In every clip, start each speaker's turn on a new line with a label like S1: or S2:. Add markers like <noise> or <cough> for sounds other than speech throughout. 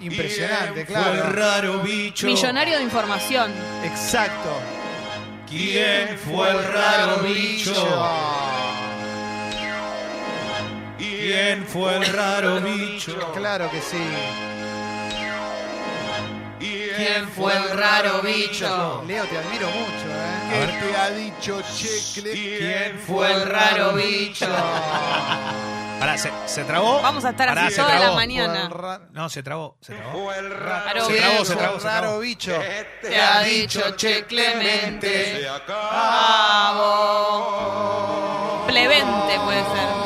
S1: Impresionante,
S2: ¿Quién
S1: claro.
S2: Fue el raro bicho.
S3: Millonario de información.
S1: Exacto.
S2: ¿Quién fue el raro bicho? ¿Quién fue el raro bicho?
S1: Claro que sí.
S2: ¿Quién fue el raro bicho?
S1: Leo, te admiro mucho, ¿eh?
S4: ¿Qué te ha dicho Checle?
S2: ¿Quién fue el raro bicho? Pará, ¿se, se trabó?
S3: Vamos a estar
S2: Oh, Pará,
S3: así
S2: se
S3: toda la
S2: trabó.
S3: mañana.
S2: No, se trabó, se trabó.
S3: Claro,
S2: Se
S3: bien.
S2: trabó, se trabó, se
S1: raro
S2: trabó. Este.
S1: bicho.
S3: Te ha dicho Che Clemente. Plebente puede ser.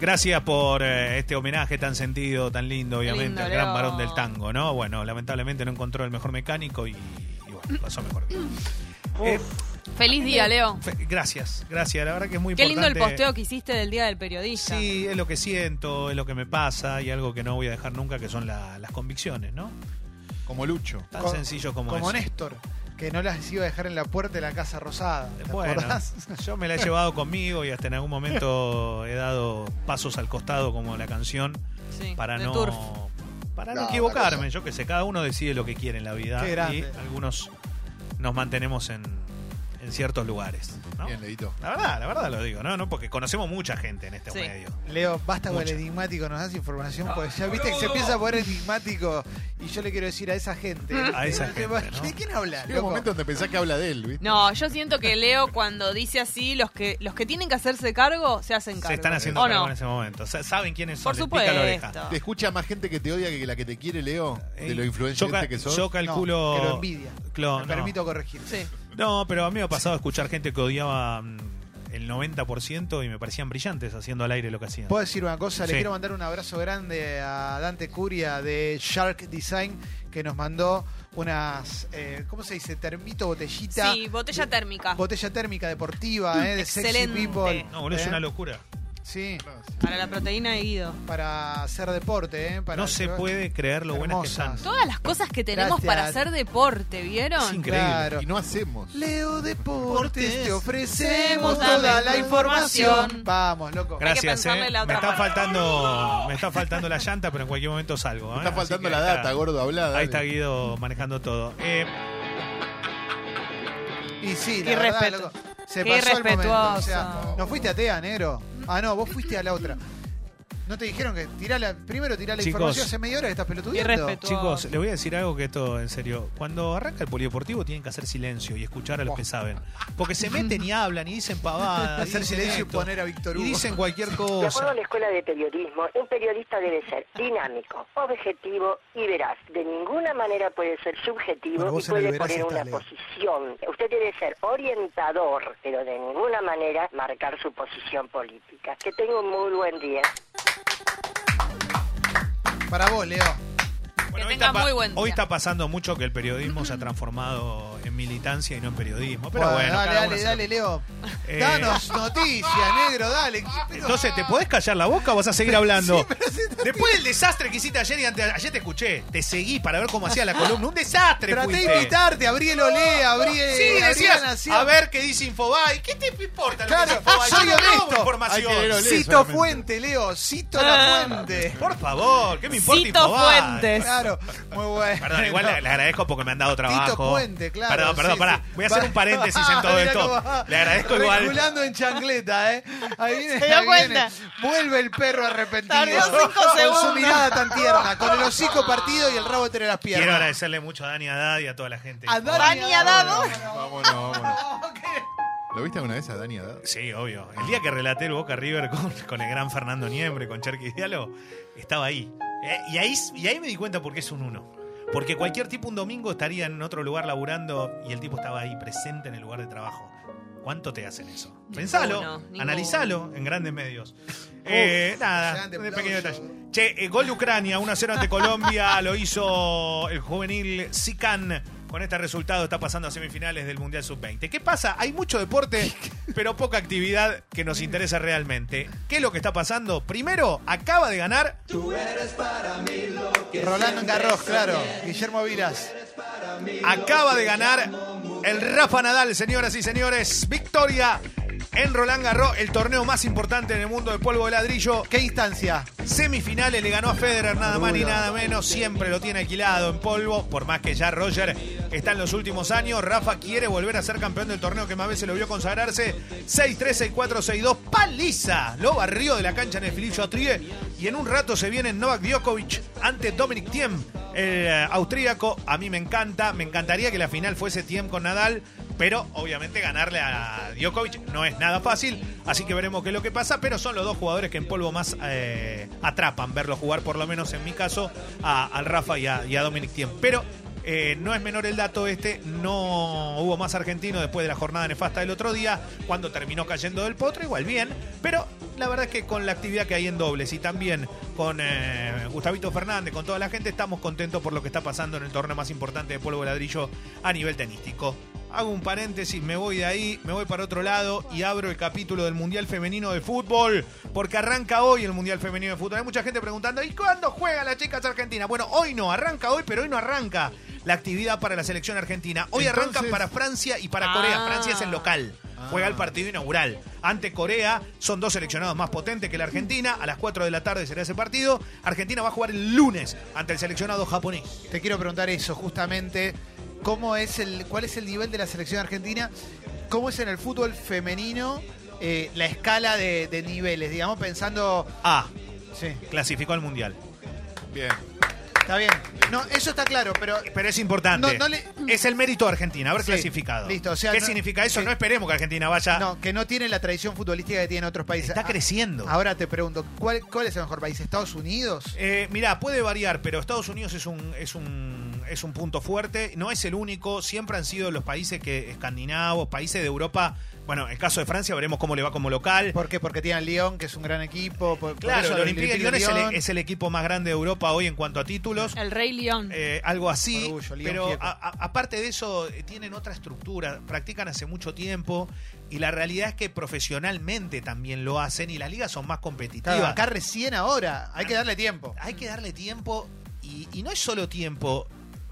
S2: Gracias por eh, este homenaje tan sentido, tan lindo, obviamente,
S3: lindo,
S2: al gran
S3: Leo.
S2: varón del tango, ¿no? Bueno, lamentablemente no encontró el mejor mecánico y, y bueno, pasó mejor. Eh,
S3: Feliz día, Leo.
S2: fe- gracias, gracias. La verdad que es muy
S3: Qué lindo
S2: importante. eh,
S3: el posteo que hiciste del Día del Periodista.
S2: Sí, es lo que siento, es lo que me pasa y algo que no voy a dejar nunca, que son la- las convicciones, ¿no?
S4: Como Lucho.
S2: Tan
S1: Co-
S2: sencillo como,
S1: Como
S2: eso.
S1: Néstor, que no las iba a dejar en la puerta de la Casa Rosada. ¿Te
S2: Bueno,
S1: acordás?
S2: <laughs> yo me la he llevado conmigo y hasta en algún momento he dado pasos al costado como la canción
S3: Sí,
S2: para
S3: de
S2: no
S3: Turf.
S2: para
S4: No,
S2: no
S4: una
S2: equivocarme.
S4: cosa.
S2: Yo que sé, cada uno decide lo que quiere en la vida
S1: Qué
S2: y
S1: grande.
S2: algunos nos mantenemos en, en ciertos lugares. ¿no?
S4: Bien, Leito.
S2: La verdad, la verdad lo digo, ¿no? no porque conocemos mucha gente en este
S3: Sí.
S2: medio.
S1: Leo, basta con
S2: Mucho. Ah.
S1: el enigmático, nos das información, porque ya viste que se empieza a poner enigmático y yo le quiero decir a esa gente. <laughs>
S2: A esa
S1: ¿De-
S2: gente, ¿no?
S1: ¿De quién habla?
S4: Llega un
S1: loco?
S4: momento donde pensás que habla de él, ¿viste?
S3: No, yo siento que Leo cuando dice así, los que los que tienen que hacerse cargo se hacen cargo.
S2: Se están haciendo
S3: ¿O
S2: cargo
S3: no?
S2: en ese momento. O sea, Saben quiénes son.
S3: Por
S2: les pica la oreja.
S3: supuesto.
S4: Te escucha más gente que te odia que la que te quiere, Leo, de
S2: Eh,
S4: lo
S2: yo ca-
S4: influenciante que sos.
S2: Yo
S1: No,
S2: calculo.
S1: que lo envidia.
S2: Clo-
S1: Me
S2: no.
S1: permito corregir.
S3: Sí.
S2: No, pero a mí me ha pasado escuchar gente que odiaba mm, el 90% y me parecían brillantes haciendo al aire lo que hacían.
S1: Puedo decir una cosa,
S2: Sí.
S1: le quiero mandar un abrazo grande a Dante Curia de Shark Design que nos mandó unas, eh, ¿cómo se dice? Termito, botellita.
S3: Sí, botella térmica.
S1: Botella térmica deportiva, eh, de
S3: Excelente.
S1: sexy people.
S2: No, boludo, es
S1: eh.
S2: una locura.
S1: Sí,
S3: Para la proteína de Guido.
S1: para hacer deporte, eh, para
S2: no se puede creer lo buenas que están.
S1: Hermosas.
S3: Todas las cosas que tenemos
S1: Gracias.
S3: para hacer deporte,
S2: Es
S3: ¿vieron?
S2: increíble.
S1: Claro.
S4: Y no hacemos.
S1: Leo Deportes, te ofrecemos
S3: ofrecemos toda
S1: toda
S3: la
S1: la
S3: información.
S1: información. Vamos, loco.
S3: Hay que
S2: Gracias,
S3: pensarle
S2: eh.
S3: la
S2: Me
S3: otra
S2: está
S3: parte.
S2: faltando, me está faltando la llanta, pero en cualquier momento salgo.
S4: Me
S2: eh.
S4: está
S2: Así
S4: faltando
S2: que
S4: la
S2: ahí
S4: data,
S2: está.
S4: gordo, hablá. dale.
S2: Ahí está Guido manejando todo. Eh,
S1: Y sí,
S3: Qué
S1: la verdad,
S3: irrespeto-
S1: loco, se
S3: qué
S1: pasó el momento. O
S3: irrespetuoso.
S1: sea, no fuiste atea, negro. Ah, no, vos fuiste a la otra. No te dijeron que tirá la, primero tirá la
S2: Chicos.
S1: información hace media hora que estás pelotudeando.
S3: Irrespetu-
S2: chicos, les voy a decir algo que esto, en serio. Cuando arranca el polideportivo tienen que hacer silencio y escuchar a los que saben. Porque se meten y hablan y dicen pavadas. y
S1: Hacer
S2: dicen
S1: silencio y
S2: esto,
S1: poner a Víctor Hugo.
S2: Y dicen
S1: <laughs>
S2: cualquier
S5: De acuerdo
S2: cosa.
S5: a la Escuela de Periodismo, un periodista debe ser dinámico, objetivo y veraz. De ninguna manera puede ser subjetivo
S1: Bueno, vos
S5: y
S1: en el
S5: puede
S1: veraz
S5: poner
S1: estás,
S5: una
S1: Leo.
S5: posición. Usted debe ser orientador, pero de ninguna manera marcar su posición política. Que tenga un muy buen día.
S1: Para vos, Leo.
S2: hoy
S3: tengan
S2: está pa-
S3: muy buen día.
S2: Hoy está pasando mucho que el periodismo se ha transformado en militancia y no en periodismo. Pero
S1: Bueno,
S2: bueno,
S1: dale,
S2: cada uno
S1: dale,
S2: hace lo
S1: dale, Leo.
S2: Eh,
S1: Danos noticias, negro, dale. Pero-
S2: Entonces, ¿te podés callar la boca o vas a seguir hablando?
S1: <laughs> Sí, pero si te-
S2: Después del desastre que hiciste ayer y ante, ayer te escuché, te seguí para ver cómo hacía la columna. Un desastre,
S1: Traté
S2: fuiste.
S1: de invitarte, abrí el olé, abrí
S2: Sí,
S1: abrí la
S2: decías,
S1: nación.
S2: a ver qué dice Infobay. ¿Qué te importa lo que
S1: Claro,
S2: dice Infobay? Yo
S1: soy
S2: no robo
S1: honesto.
S2: información.
S4: Hay que leer olé
S1: Cito
S4: solamente.
S1: fuente, Leo, cito la fuente.
S2: Por favor, ¿qué me importa
S3: Cito
S2: Infobay?
S3: fuentes.
S1: Claro, muy bueno. <laughs>
S2: Perdón, igual le, le agradezco porque me han dado trabajo.
S1: Puente, claro,
S2: Perdón, perdón,
S1: sí,
S2: pará.
S1: sí.
S2: Voy a hacer un paréntesis
S1: <laughs>
S2: en todo
S1: Mirá
S2: esto.
S1: cómo va.
S2: Le agradezco igual.
S1: Reculando en chancleta, ¿eh? Ahí viene,
S3: Se dio
S1: ahí viene.
S3: cuenta.
S1: Vuelve el perro arrepentido.
S3: Tardó cinco
S1: con
S3: segundos.
S1: su mirada tan tierna, con el hocico partido y el rabo entre las piernas.
S2: Quiero agradecerle mucho a Dani Haddad y a toda la gente.
S1: A Dani
S3: Dani Adado.
S4: Vámonos, vámonos. ¿Lo viste alguna vez a Dani Haddad?
S2: Sí, obvio. El día que relaté el Boca River con, <laughs> con el gran Fernando Niembre, con Cherky Diallo, estaba ahí. Eh, y ahí. Y ahí me di cuenta por qué es un uno. Porque cualquier tipo un domingo estaría en otro lugar laburando y el tipo estaba ahí presente en el lugar de trabajo. ¿Cuánto te hacen eso? Pensalo,
S3: ninguno.
S2: analizalo en grandes medios. Eh, nada, un
S1: gigante
S2: pequeño detalle.
S1: aplauso.
S2: Che, eh, gol de Ucrania, 1-0 ante Colombia, lo hizo el juvenil Sican. Con este resultado está pasando a semifinales del Mundial Sub-20. ¿Qué pasa? Hay mucho deporte, pero poca actividad que nos interesa realmente. ¿Qué es lo que está pasando? Primero, acaba de ganar
S1: Rolando Garros, claro. Guillermo Vilas.
S2: Acaba de ganar el Rafa Nadal, señoras y señores. Victoria en Roland Garros, el torneo más importante en el mundo de polvo de ladrillo.
S1: ¿Qué instancia?
S2: Semifinales le ganó a Federer, nada más ni nada menos. Siempre lo tiene alquilado en polvo, por más que ya Roger está en los últimos años. Rafa quiere volver a ser campeón del torneo que más veces lo vio consagrarse. 6-3, 6-4, 6-2. Paliza. Lo barrió de la cancha en el Philippe Chatrier. Y en un rato se viene Novak Djokovic ante Dominic Thiem, el eh, austríaco. A mí me encanta. Me encantaría que la final fuese Thiem con Nadal. Pero obviamente ganarle a Djokovic no es nada fácil, así que veremos qué es lo que pasa. Pero son los dos jugadores que en polvo más eh, atrapan verlo jugar, por lo menos en mi caso, a- al Rafa y a, y a Dominic Thiem. Pero eh, no es menor el dato este, no hubo más argentino después de la jornada nefasta del otro día, cuando terminó cayendo del potro, igual bien. Pero la verdad es que con la actividad que hay en dobles y también con eh, Gustavito Fernández, con toda la gente, estamos contentos por lo que está pasando en el torneo más importante de polvo de ladrillo a nivel tenístico. Hago un paréntesis, me voy de ahí, me voy para otro lado y abro el capítulo del Mundial Femenino de Fútbol, porque arranca hoy el Mundial Femenino de Fútbol. Hay mucha gente preguntando, ¿y cuándo juegan las chicas argentinas? Bueno, hoy no, arranca hoy, pero hoy no arranca la actividad para la selección argentina. Hoy
S4: Entonces-
S2: arrancan para Francia y para Corea.
S3: Ah.
S2: Francia es el local. Juega
S1: Ah.
S2: el partido inaugural. Ante Corea son dos seleccionados más potentes que la Argentina. A las 4 de la tarde será ese partido. Argentina va a jugar el lunes ante el seleccionado japonés.
S1: Te quiero preguntar eso, justamente. ¿Cómo es el, ¿Cuál es el nivel de la selección argentina? ¿Cómo es en el fútbol femenino eh, la escala de, de niveles? Digamos, pensando.
S2: Ah,
S1: Sí,
S2: clasificó al Mundial.
S4: Bien.
S1: está bien. No, eso está claro, pero.
S2: Pero es importante.
S1: No, no le-
S2: Es el mérito de Argentina, haber
S1: Sí,
S2: clasificado.
S1: listo, o sea,
S2: ¿Qué
S1: no-
S2: significa eso?
S1: que-
S2: no esperemos que Argentina vaya.
S1: No, que no tiene la tradición futbolística que tienen otros países.
S2: Ah. está
S1: Ah,
S2: creciendo.
S1: Ahora te pregunto, ¿cuál, ¿cuál es el mejor país? ¿Estados Unidos?
S2: Eh, mirá, puede variar, pero Estados Unidos es un, es un es un punto fuerte. No es el único. Siempre han sido los países que escandinavos, países de Europa. Bueno, en el caso de Francia veremos cómo le va como local.
S1: ¿Por qué? Porque tienen Lyon, que es un gran equipo. por- por
S2: claro,
S1: eso
S2: el Olympique de Lyon es
S1: Lyon.
S2: el, es el equipo más grande de Europa hoy en cuanto a títulos.
S3: El Rey León.
S2: eh, algo así.
S1: Orgullo, León
S2: pero
S1: Gieco.
S2: a- a- aparte de eso, eh, tienen otra estructura, practican hace mucho tiempo y la realidad es que profesionalmente también lo hacen y las ligas son más competitivas.
S1: Claro, acá recién ahora. Hay que darle tiempo.
S2: Hay
S3: Mm.
S2: que darle tiempo y, y no es solo tiempo.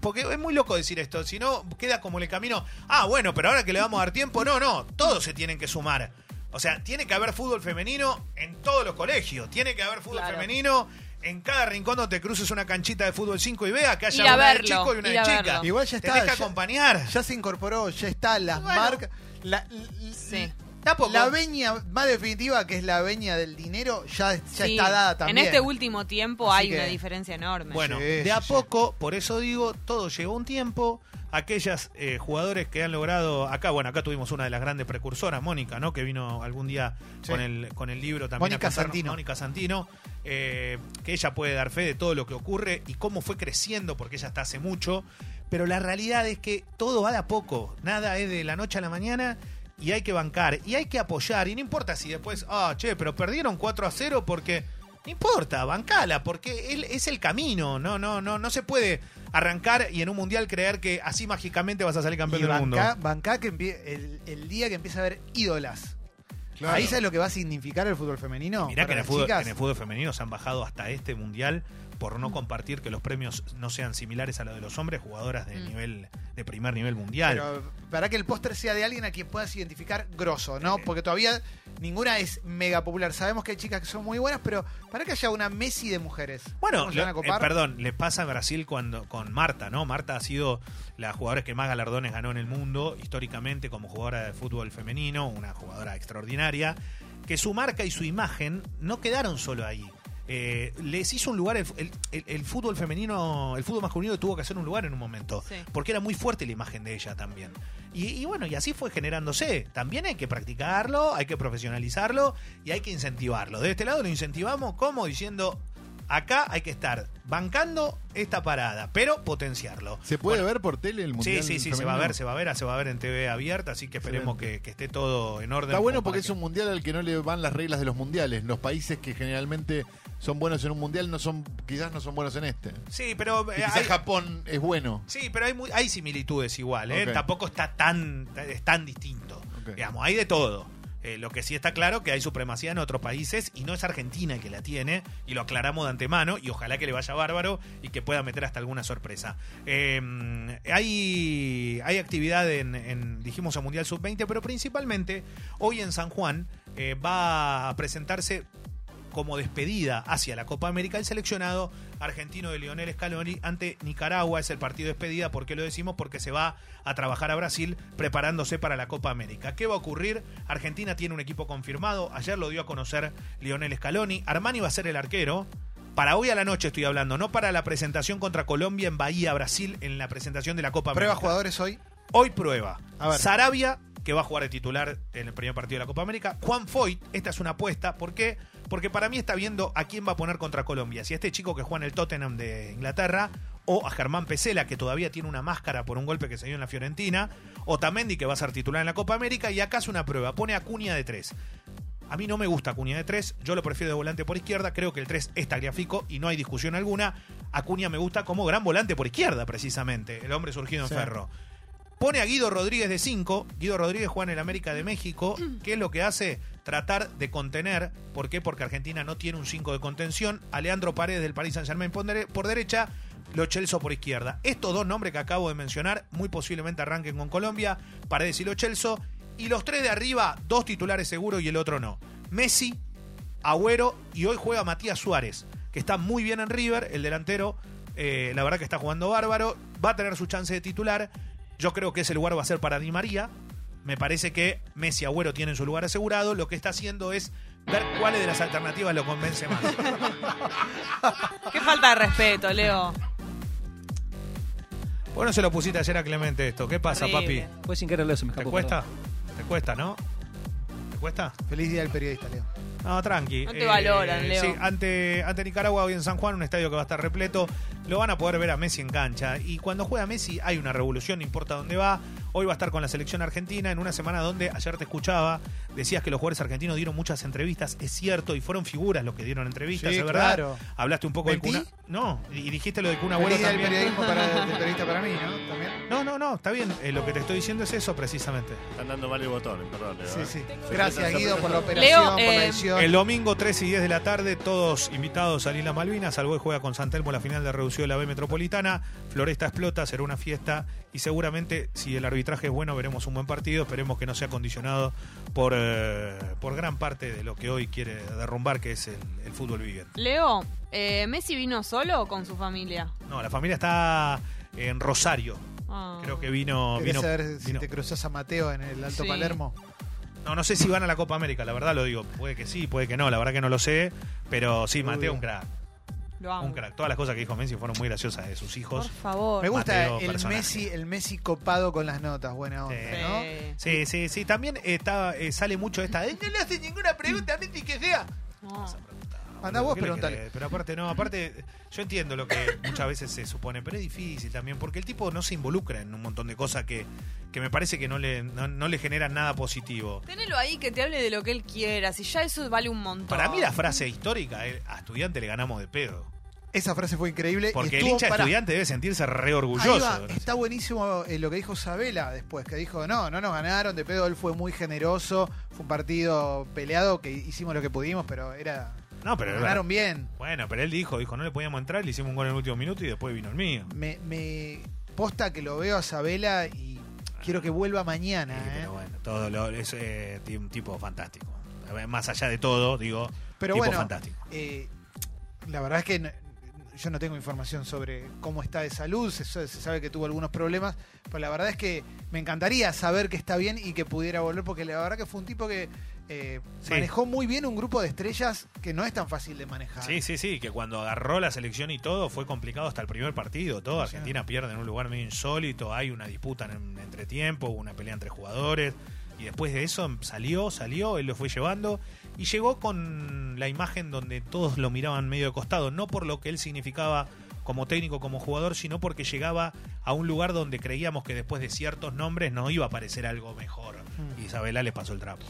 S2: Porque es muy loco decir esto, si no queda como en el camino, ah, bueno, pero ahora que le vamos a dar tiempo, no, no, todos se tienen que sumar. O sea, tiene que haber fútbol femenino en todos los colegios, tiene que haber fútbol
S3: Claro.
S2: femenino en cada rincón donde cruces una canchita de fútbol 5 y vea que haya
S3: Ir a
S2: una de
S3: verlo,
S2: chico y una
S3: ir
S2: de
S3: a
S2: chica.
S3: verlo.
S1: Igual ya está,
S2: Tenés que
S1: ya-
S2: acompañar.
S1: Ya se incorporó, ya está, las
S2: Bueno.
S1: marcas. La, l-
S3: Sí.
S2: Tampoco.
S1: la veña más definitiva, que es la veña del dinero, ya, ya
S3: Sí,
S1: está dada también.
S3: En este último tiempo
S1: Así
S3: hay
S1: que-
S3: una diferencia enorme.
S2: Bueno,
S1: Sí, sí,
S2: de a
S1: sí.
S2: poco, por eso digo, todo llegó un tiempo. Aquellas eh, jugadores que han logrado acá, bueno, acá tuvimos una de las grandes precursoras, Mónica, ¿no? Que vino algún día
S1: Sí.
S2: con el con el libro también.
S1: Mónica
S2: a contarnos-
S1: Santino.
S2: Mónica Santino, eh, que ella puede dar fe de todo lo que ocurre y cómo fue creciendo, porque ella está hace mucho. Pero la realidad es que todo va de a poco, nada es de la noche a la mañana. Y hay que bancar, y hay que apoyar, y no importa si después, ah, che, pero perdieron 4 a 0 porque no importa, bancala, porque él- es el camino. No, no, no, no se puede arrancar y en un mundial creer que así mágicamente vas a salir campeón
S1: Y
S2: del mundo.
S1: bancá, bancá que empie- el, el día que empieza a haber ídolas.
S4: Claro.
S1: Ahí sabes lo que va a significar el fútbol femenino.
S2: Mirá que
S1: para
S2: en el,
S1: las
S2: fútbol,
S1: chicas.
S2: en el fútbol femenino se han bajado hasta este mundial por no compartir que los premios no sean similares a los de los hombres, jugadoras de
S3: Mm.
S2: nivel, de primer nivel mundial.
S1: Pero para que el póster sea de alguien a quien puedas identificar grosso, ¿no? Porque todavía ninguna es mega popular. Sabemos que hay chicas que son muy buenas, pero para que haya una Messi de mujeres.
S2: Bueno,
S1: ¿Cómo se van a
S2: lo-
S1: copar?
S2: eh, perdón, le pasa a Brasil cuando con Marta, ¿no? Marta ha sido la jugadora que más galardones ganó en el mundo históricamente como jugadora de fútbol femenino, una jugadora extraordinaria, que su marca y su imagen no quedaron solo ahí. Eh, les hizo un lugar el, el- el- el fútbol femenino, el fútbol masculino tuvo que hacer un lugar en un momento,
S3: Sí.
S2: porque era muy fuerte la imagen de ella también. Y, y bueno, y así fue generándose. También hay que practicarlo, hay que profesionalizarlo y hay que incentivarlo. De este lado lo incentivamos como diciendo, acá hay que estar bancando esta parada, pero potenciarlo.
S4: ¿Se puede ver por tele el
S2: Sí, sí,
S4: mundial?
S2: sí, se
S4: femenino?
S2: va a ver, se va a ver, se va a ver en TV abierta, así que esperemos que, que esté todo en orden.
S4: Está bueno
S2: como
S4: porque
S2: para
S4: es
S2: que-
S4: un mundial al que no le van las reglas de los mundiales. Los países que generalmente son buenos en un mundial no son, quizás no son buenos en este.
S2: Sí, pero eh,
S4: Y quizás
S2: hay,
S4: Japón es bueno.
S2: sí, pero hay, muy- hay similitudes igual, ¿eh?
S4: Ok.
S2: Tampoco está tan, es tan distinto.
S4: Ok.
S2: Digamos, hay de todo. Eh, lo que sí está claro que hay supremacía en otros países y no es Argentina que la tiene, y lo aclaramos de antemano, y ojalá que le vaya bárbaro y que pueda meter hasta alguna sorpresa. Eh, hay, hay actividad en, en, dijimos, en Mundial Sub-20, pero principalmente hoy en San Juan eh, va a presentarse como despedida hacia la Copa América el seleccionado argentino de Lionel Scaloni ante Nicaragua. Es el partido de despedida, ¿por qué lo decimos? Porque se va a trabajar a Brasil preparándose para la Copa América. ¿Qué va a ocurrir? Argentina tiene un equipo confirmado, ayer lo dio a conocer Lionel Scaloni, Armani va a ser el arquero. Para hoy a la noche estoy hablando, no para la presentación contra Colombia en Bahía, Brasil, en la presentación de la Copa
S1: ¿Prueba
S2: América.
S1: jugadores hoy?
S2: Hoy prueba.
S1: A ver.
S2: Sarabia, que va a jugar de titular en el primer partido de la Copa América. Juan Foyt, esta es una apuesta. ¿Por qué? Porque para mí está viendo a quién va a poner contra Colombia. Si a este chico que juega en el Tottenham de Inglaterra, o a Germán Pesela, que todavía tiene una máscara por un golpe que se dio en la Fiorentina, o Tamendi, que va a ser titular en la Copa América, y acá es una prueba. Pone a Cunha de tres. A mí no me gusta Acuña de 3, yo lo prefiero de volante por izquierda, creo que el 3 está gráfico y no hay discusión alguna. Acuña me gusta como gran volante por izquierda, precisamente, el hombre surgido en
S1: Sí.
S2: ferro. Pone a Guido Rodríguez de 5, Guido Rodríguez juega en el América de México, ¿qué es lo que hace? Tratar de contener, ¿por qué? Porque Argentina no tiene un 5 de contención, Alejandro Paredes del Paris Saint Germain por, dere- por derecha, Lo Celso por izquierda. Estos dos nombres que acabo de mencionar muy posiblemente arranquen con Colombia, Paredes y Lo Celso, y los tres de arriba, dos titulares seguros y el otro no. Messi, Agüero y hoy juega Matías Suárez, que está muy bien en River, el delantero, eh, la verdad que está jugando bárbaro, va a tener su chance de titular, yo creo que ese lugar va a ser para Di María, me parece que Messi y Agüero tienen su lugar asegurado, lo que está haciendo es ver cuáles de las alternativas lo convence más.
S3: Qué falta de respeto, Leo.
S2: <laughs> Vos no se lo pusiste ayer a Clemente esto, ¿qué pasa papi?
S3: Horrible.
S6: Fue sin quererlo, se me
S2: ¿Te
S6: escapó,
S2: cuesta?
S6: perdón.
S2: ¿Te cuesta, no? ¿Te cuesta?
S1: Feliz día del periodista, Leo.
S2: No, tranqui. Eh,
S3: No te valoran, Leo.
S2: Sí, ante, ante Nicaragua hoy en San Juan, un estadio que va a estar repleto. Lo van a poder ver a Messi en cancha. Y cuando juega Messi hay una revolución, no importa dónde va. Hoy va a estar con la selección argentina en una semana donde ayer te escuchaba, decías que los jugadores argentinos dieron muchas entrevistas. Es cierto, y fueron figuras los que dieron entrevistas,
S1: Sí,
S2: es verdad.
S1: claro.
S2: Hablaste un poco
S1: ¿Mentí?
S2: de Kun- No, y dijiste lo de Kun Agüero
S1: Feliz día del
S2: también.
S1: periodismo para, del periodista para mí, ¿no? También.
S2: No, no, no, está bien. Eh, lo que te estoy diciendo es eso precisamente.
S7: Están dando mal el botón, perdón. Leo,
S1: Sí,
S7: ¿eh?
S1: sí. Gracias, Guido, por la operación,
S3: Leo,
S1: por la
S3: eh,
S1: edición.
S2: El domingo 3 y 10 de la tarde, todos invitados a Isla Malvinas. Alboy juega con San Telmo la final de reducido de la B Metropolitana. Floresta explota, será una fiesta. Y seguramente, si el arbitraje es bueno, veremos un buen partido. Esperemos que no sea condicionado por, eh, por gran parte de lo que hoy quiere derrumbar, que es el, el fútbol viviente.
S3: Leo, eh, ¿Messi vino solo o con su familia?
S2: No, la familia está en Rosario.
S3: Ah.
S2: Creo que vino.
S1: ¿Querés
S2: vino,
S1: saber si
S2: vino-
S1: te cruzas a Mateo en el Alto
S3: Sí.
S1: Palermo?
S2: No, no sé si van a la Copa América, la verdad lo digo. Puede que sí, puede que no, la verdad que no lo sé. Pero sí, Mateo, un crack.
S3: Lo amo.
S2: Un crack. Todas las cosas que dijo Messi fueron muy graciosas de sus
S3: Por
S2: hijos.
S3: favor.
S1: Me gusta
S2: Mateo,
S1: el
S2: personaje.
S1: Messi, el Messi copado con las notas, buena onda,
S2: Sí.
S1: ¿no?
S3: Sí.
S2: Sí, sí, sí. También está, eh, sale mucho esta. "Eh, no le hace ninguna pregunta a Messi que sea.
S3: No.
S1: Andá vos,
S2: ¿Qué le
S1: preguntale.
S2: querés? Pero aparte, no, aparte, yo entiendo lo que muchas veces se supone, pero es difícil también, porque el tipo no se involucra en un montón de cosas que, que me parece que no le, no, no le generan nada positivo.
S3: Tenelo ahí que te hable de lo que él quiera, si ya eso vale un montón.
S2: Para mí la frase histórica es, a estudiante le ganamos de pedo.
S1: Esa frase fue increíble. y
S2: Porque el
S1: Eh, estuvo-
S2: hincha
S1: pará.
S2: estudiante debe sentirse re
S1: Ahí va,
S2: orgulloso.
S1: está buenísimo eh, lo que dijo Sabela después, que dijo, no, no nos ganaron, de pedo él fue muy generoso, fue un partido peleado que hicimos lo que pudimos, pero era...
S2: No, pero es verdad.
S1: ganaron bien.
S2: Bueno, pero él dijo, dijo, no le podíamos entrar, le hicimos un gol en el último minuto y después vino el mío.
S1: Me, me posta que lo veo a Sabela y quiero que vuelva mañana.
S2: Sí,
S1: ¿eh?
S2: pero bueno, todo lo- es eh, ti- un tipo fantástico. A ver, Más allá de todo, digo,
S1: Pero
S2: tipo
S1: bueno,
S2: fantástico.
S1: eh, la verdad es que no- yo no tengo información sobre cómo está de salud, se, se sabe que tuvo algunos problemas, pero la verdad es que me encantaría saber que está bien y que pudiera volver, porque la verdad que fue un tipo que eh,
S2: Sí.
S1: manejó muy bien un grupo de estrellas que no es tan fácil de manejar.
S2: Sí, sí, sí, que cuando agarró la selección y todo fue complicado hasta el primer partido. Todo
S1: Sí.
S2: Argentina pierde en un lugar medio insólito, hay una disputa en, en entretiempo, hubo una pelea entre jugadores. Y después de eso salió, salió, él lo fue llevando y llegó con la imagen donde todos lo miraban medio de costado, no por lo que él significaba como técnico, como jugador, sino porque llegaba a un lugar donde creíamos que después de ciertos nombres no iba a aparecer algo mejor.
S1: Mm.
S2: Y Isabela le pasó el trapo.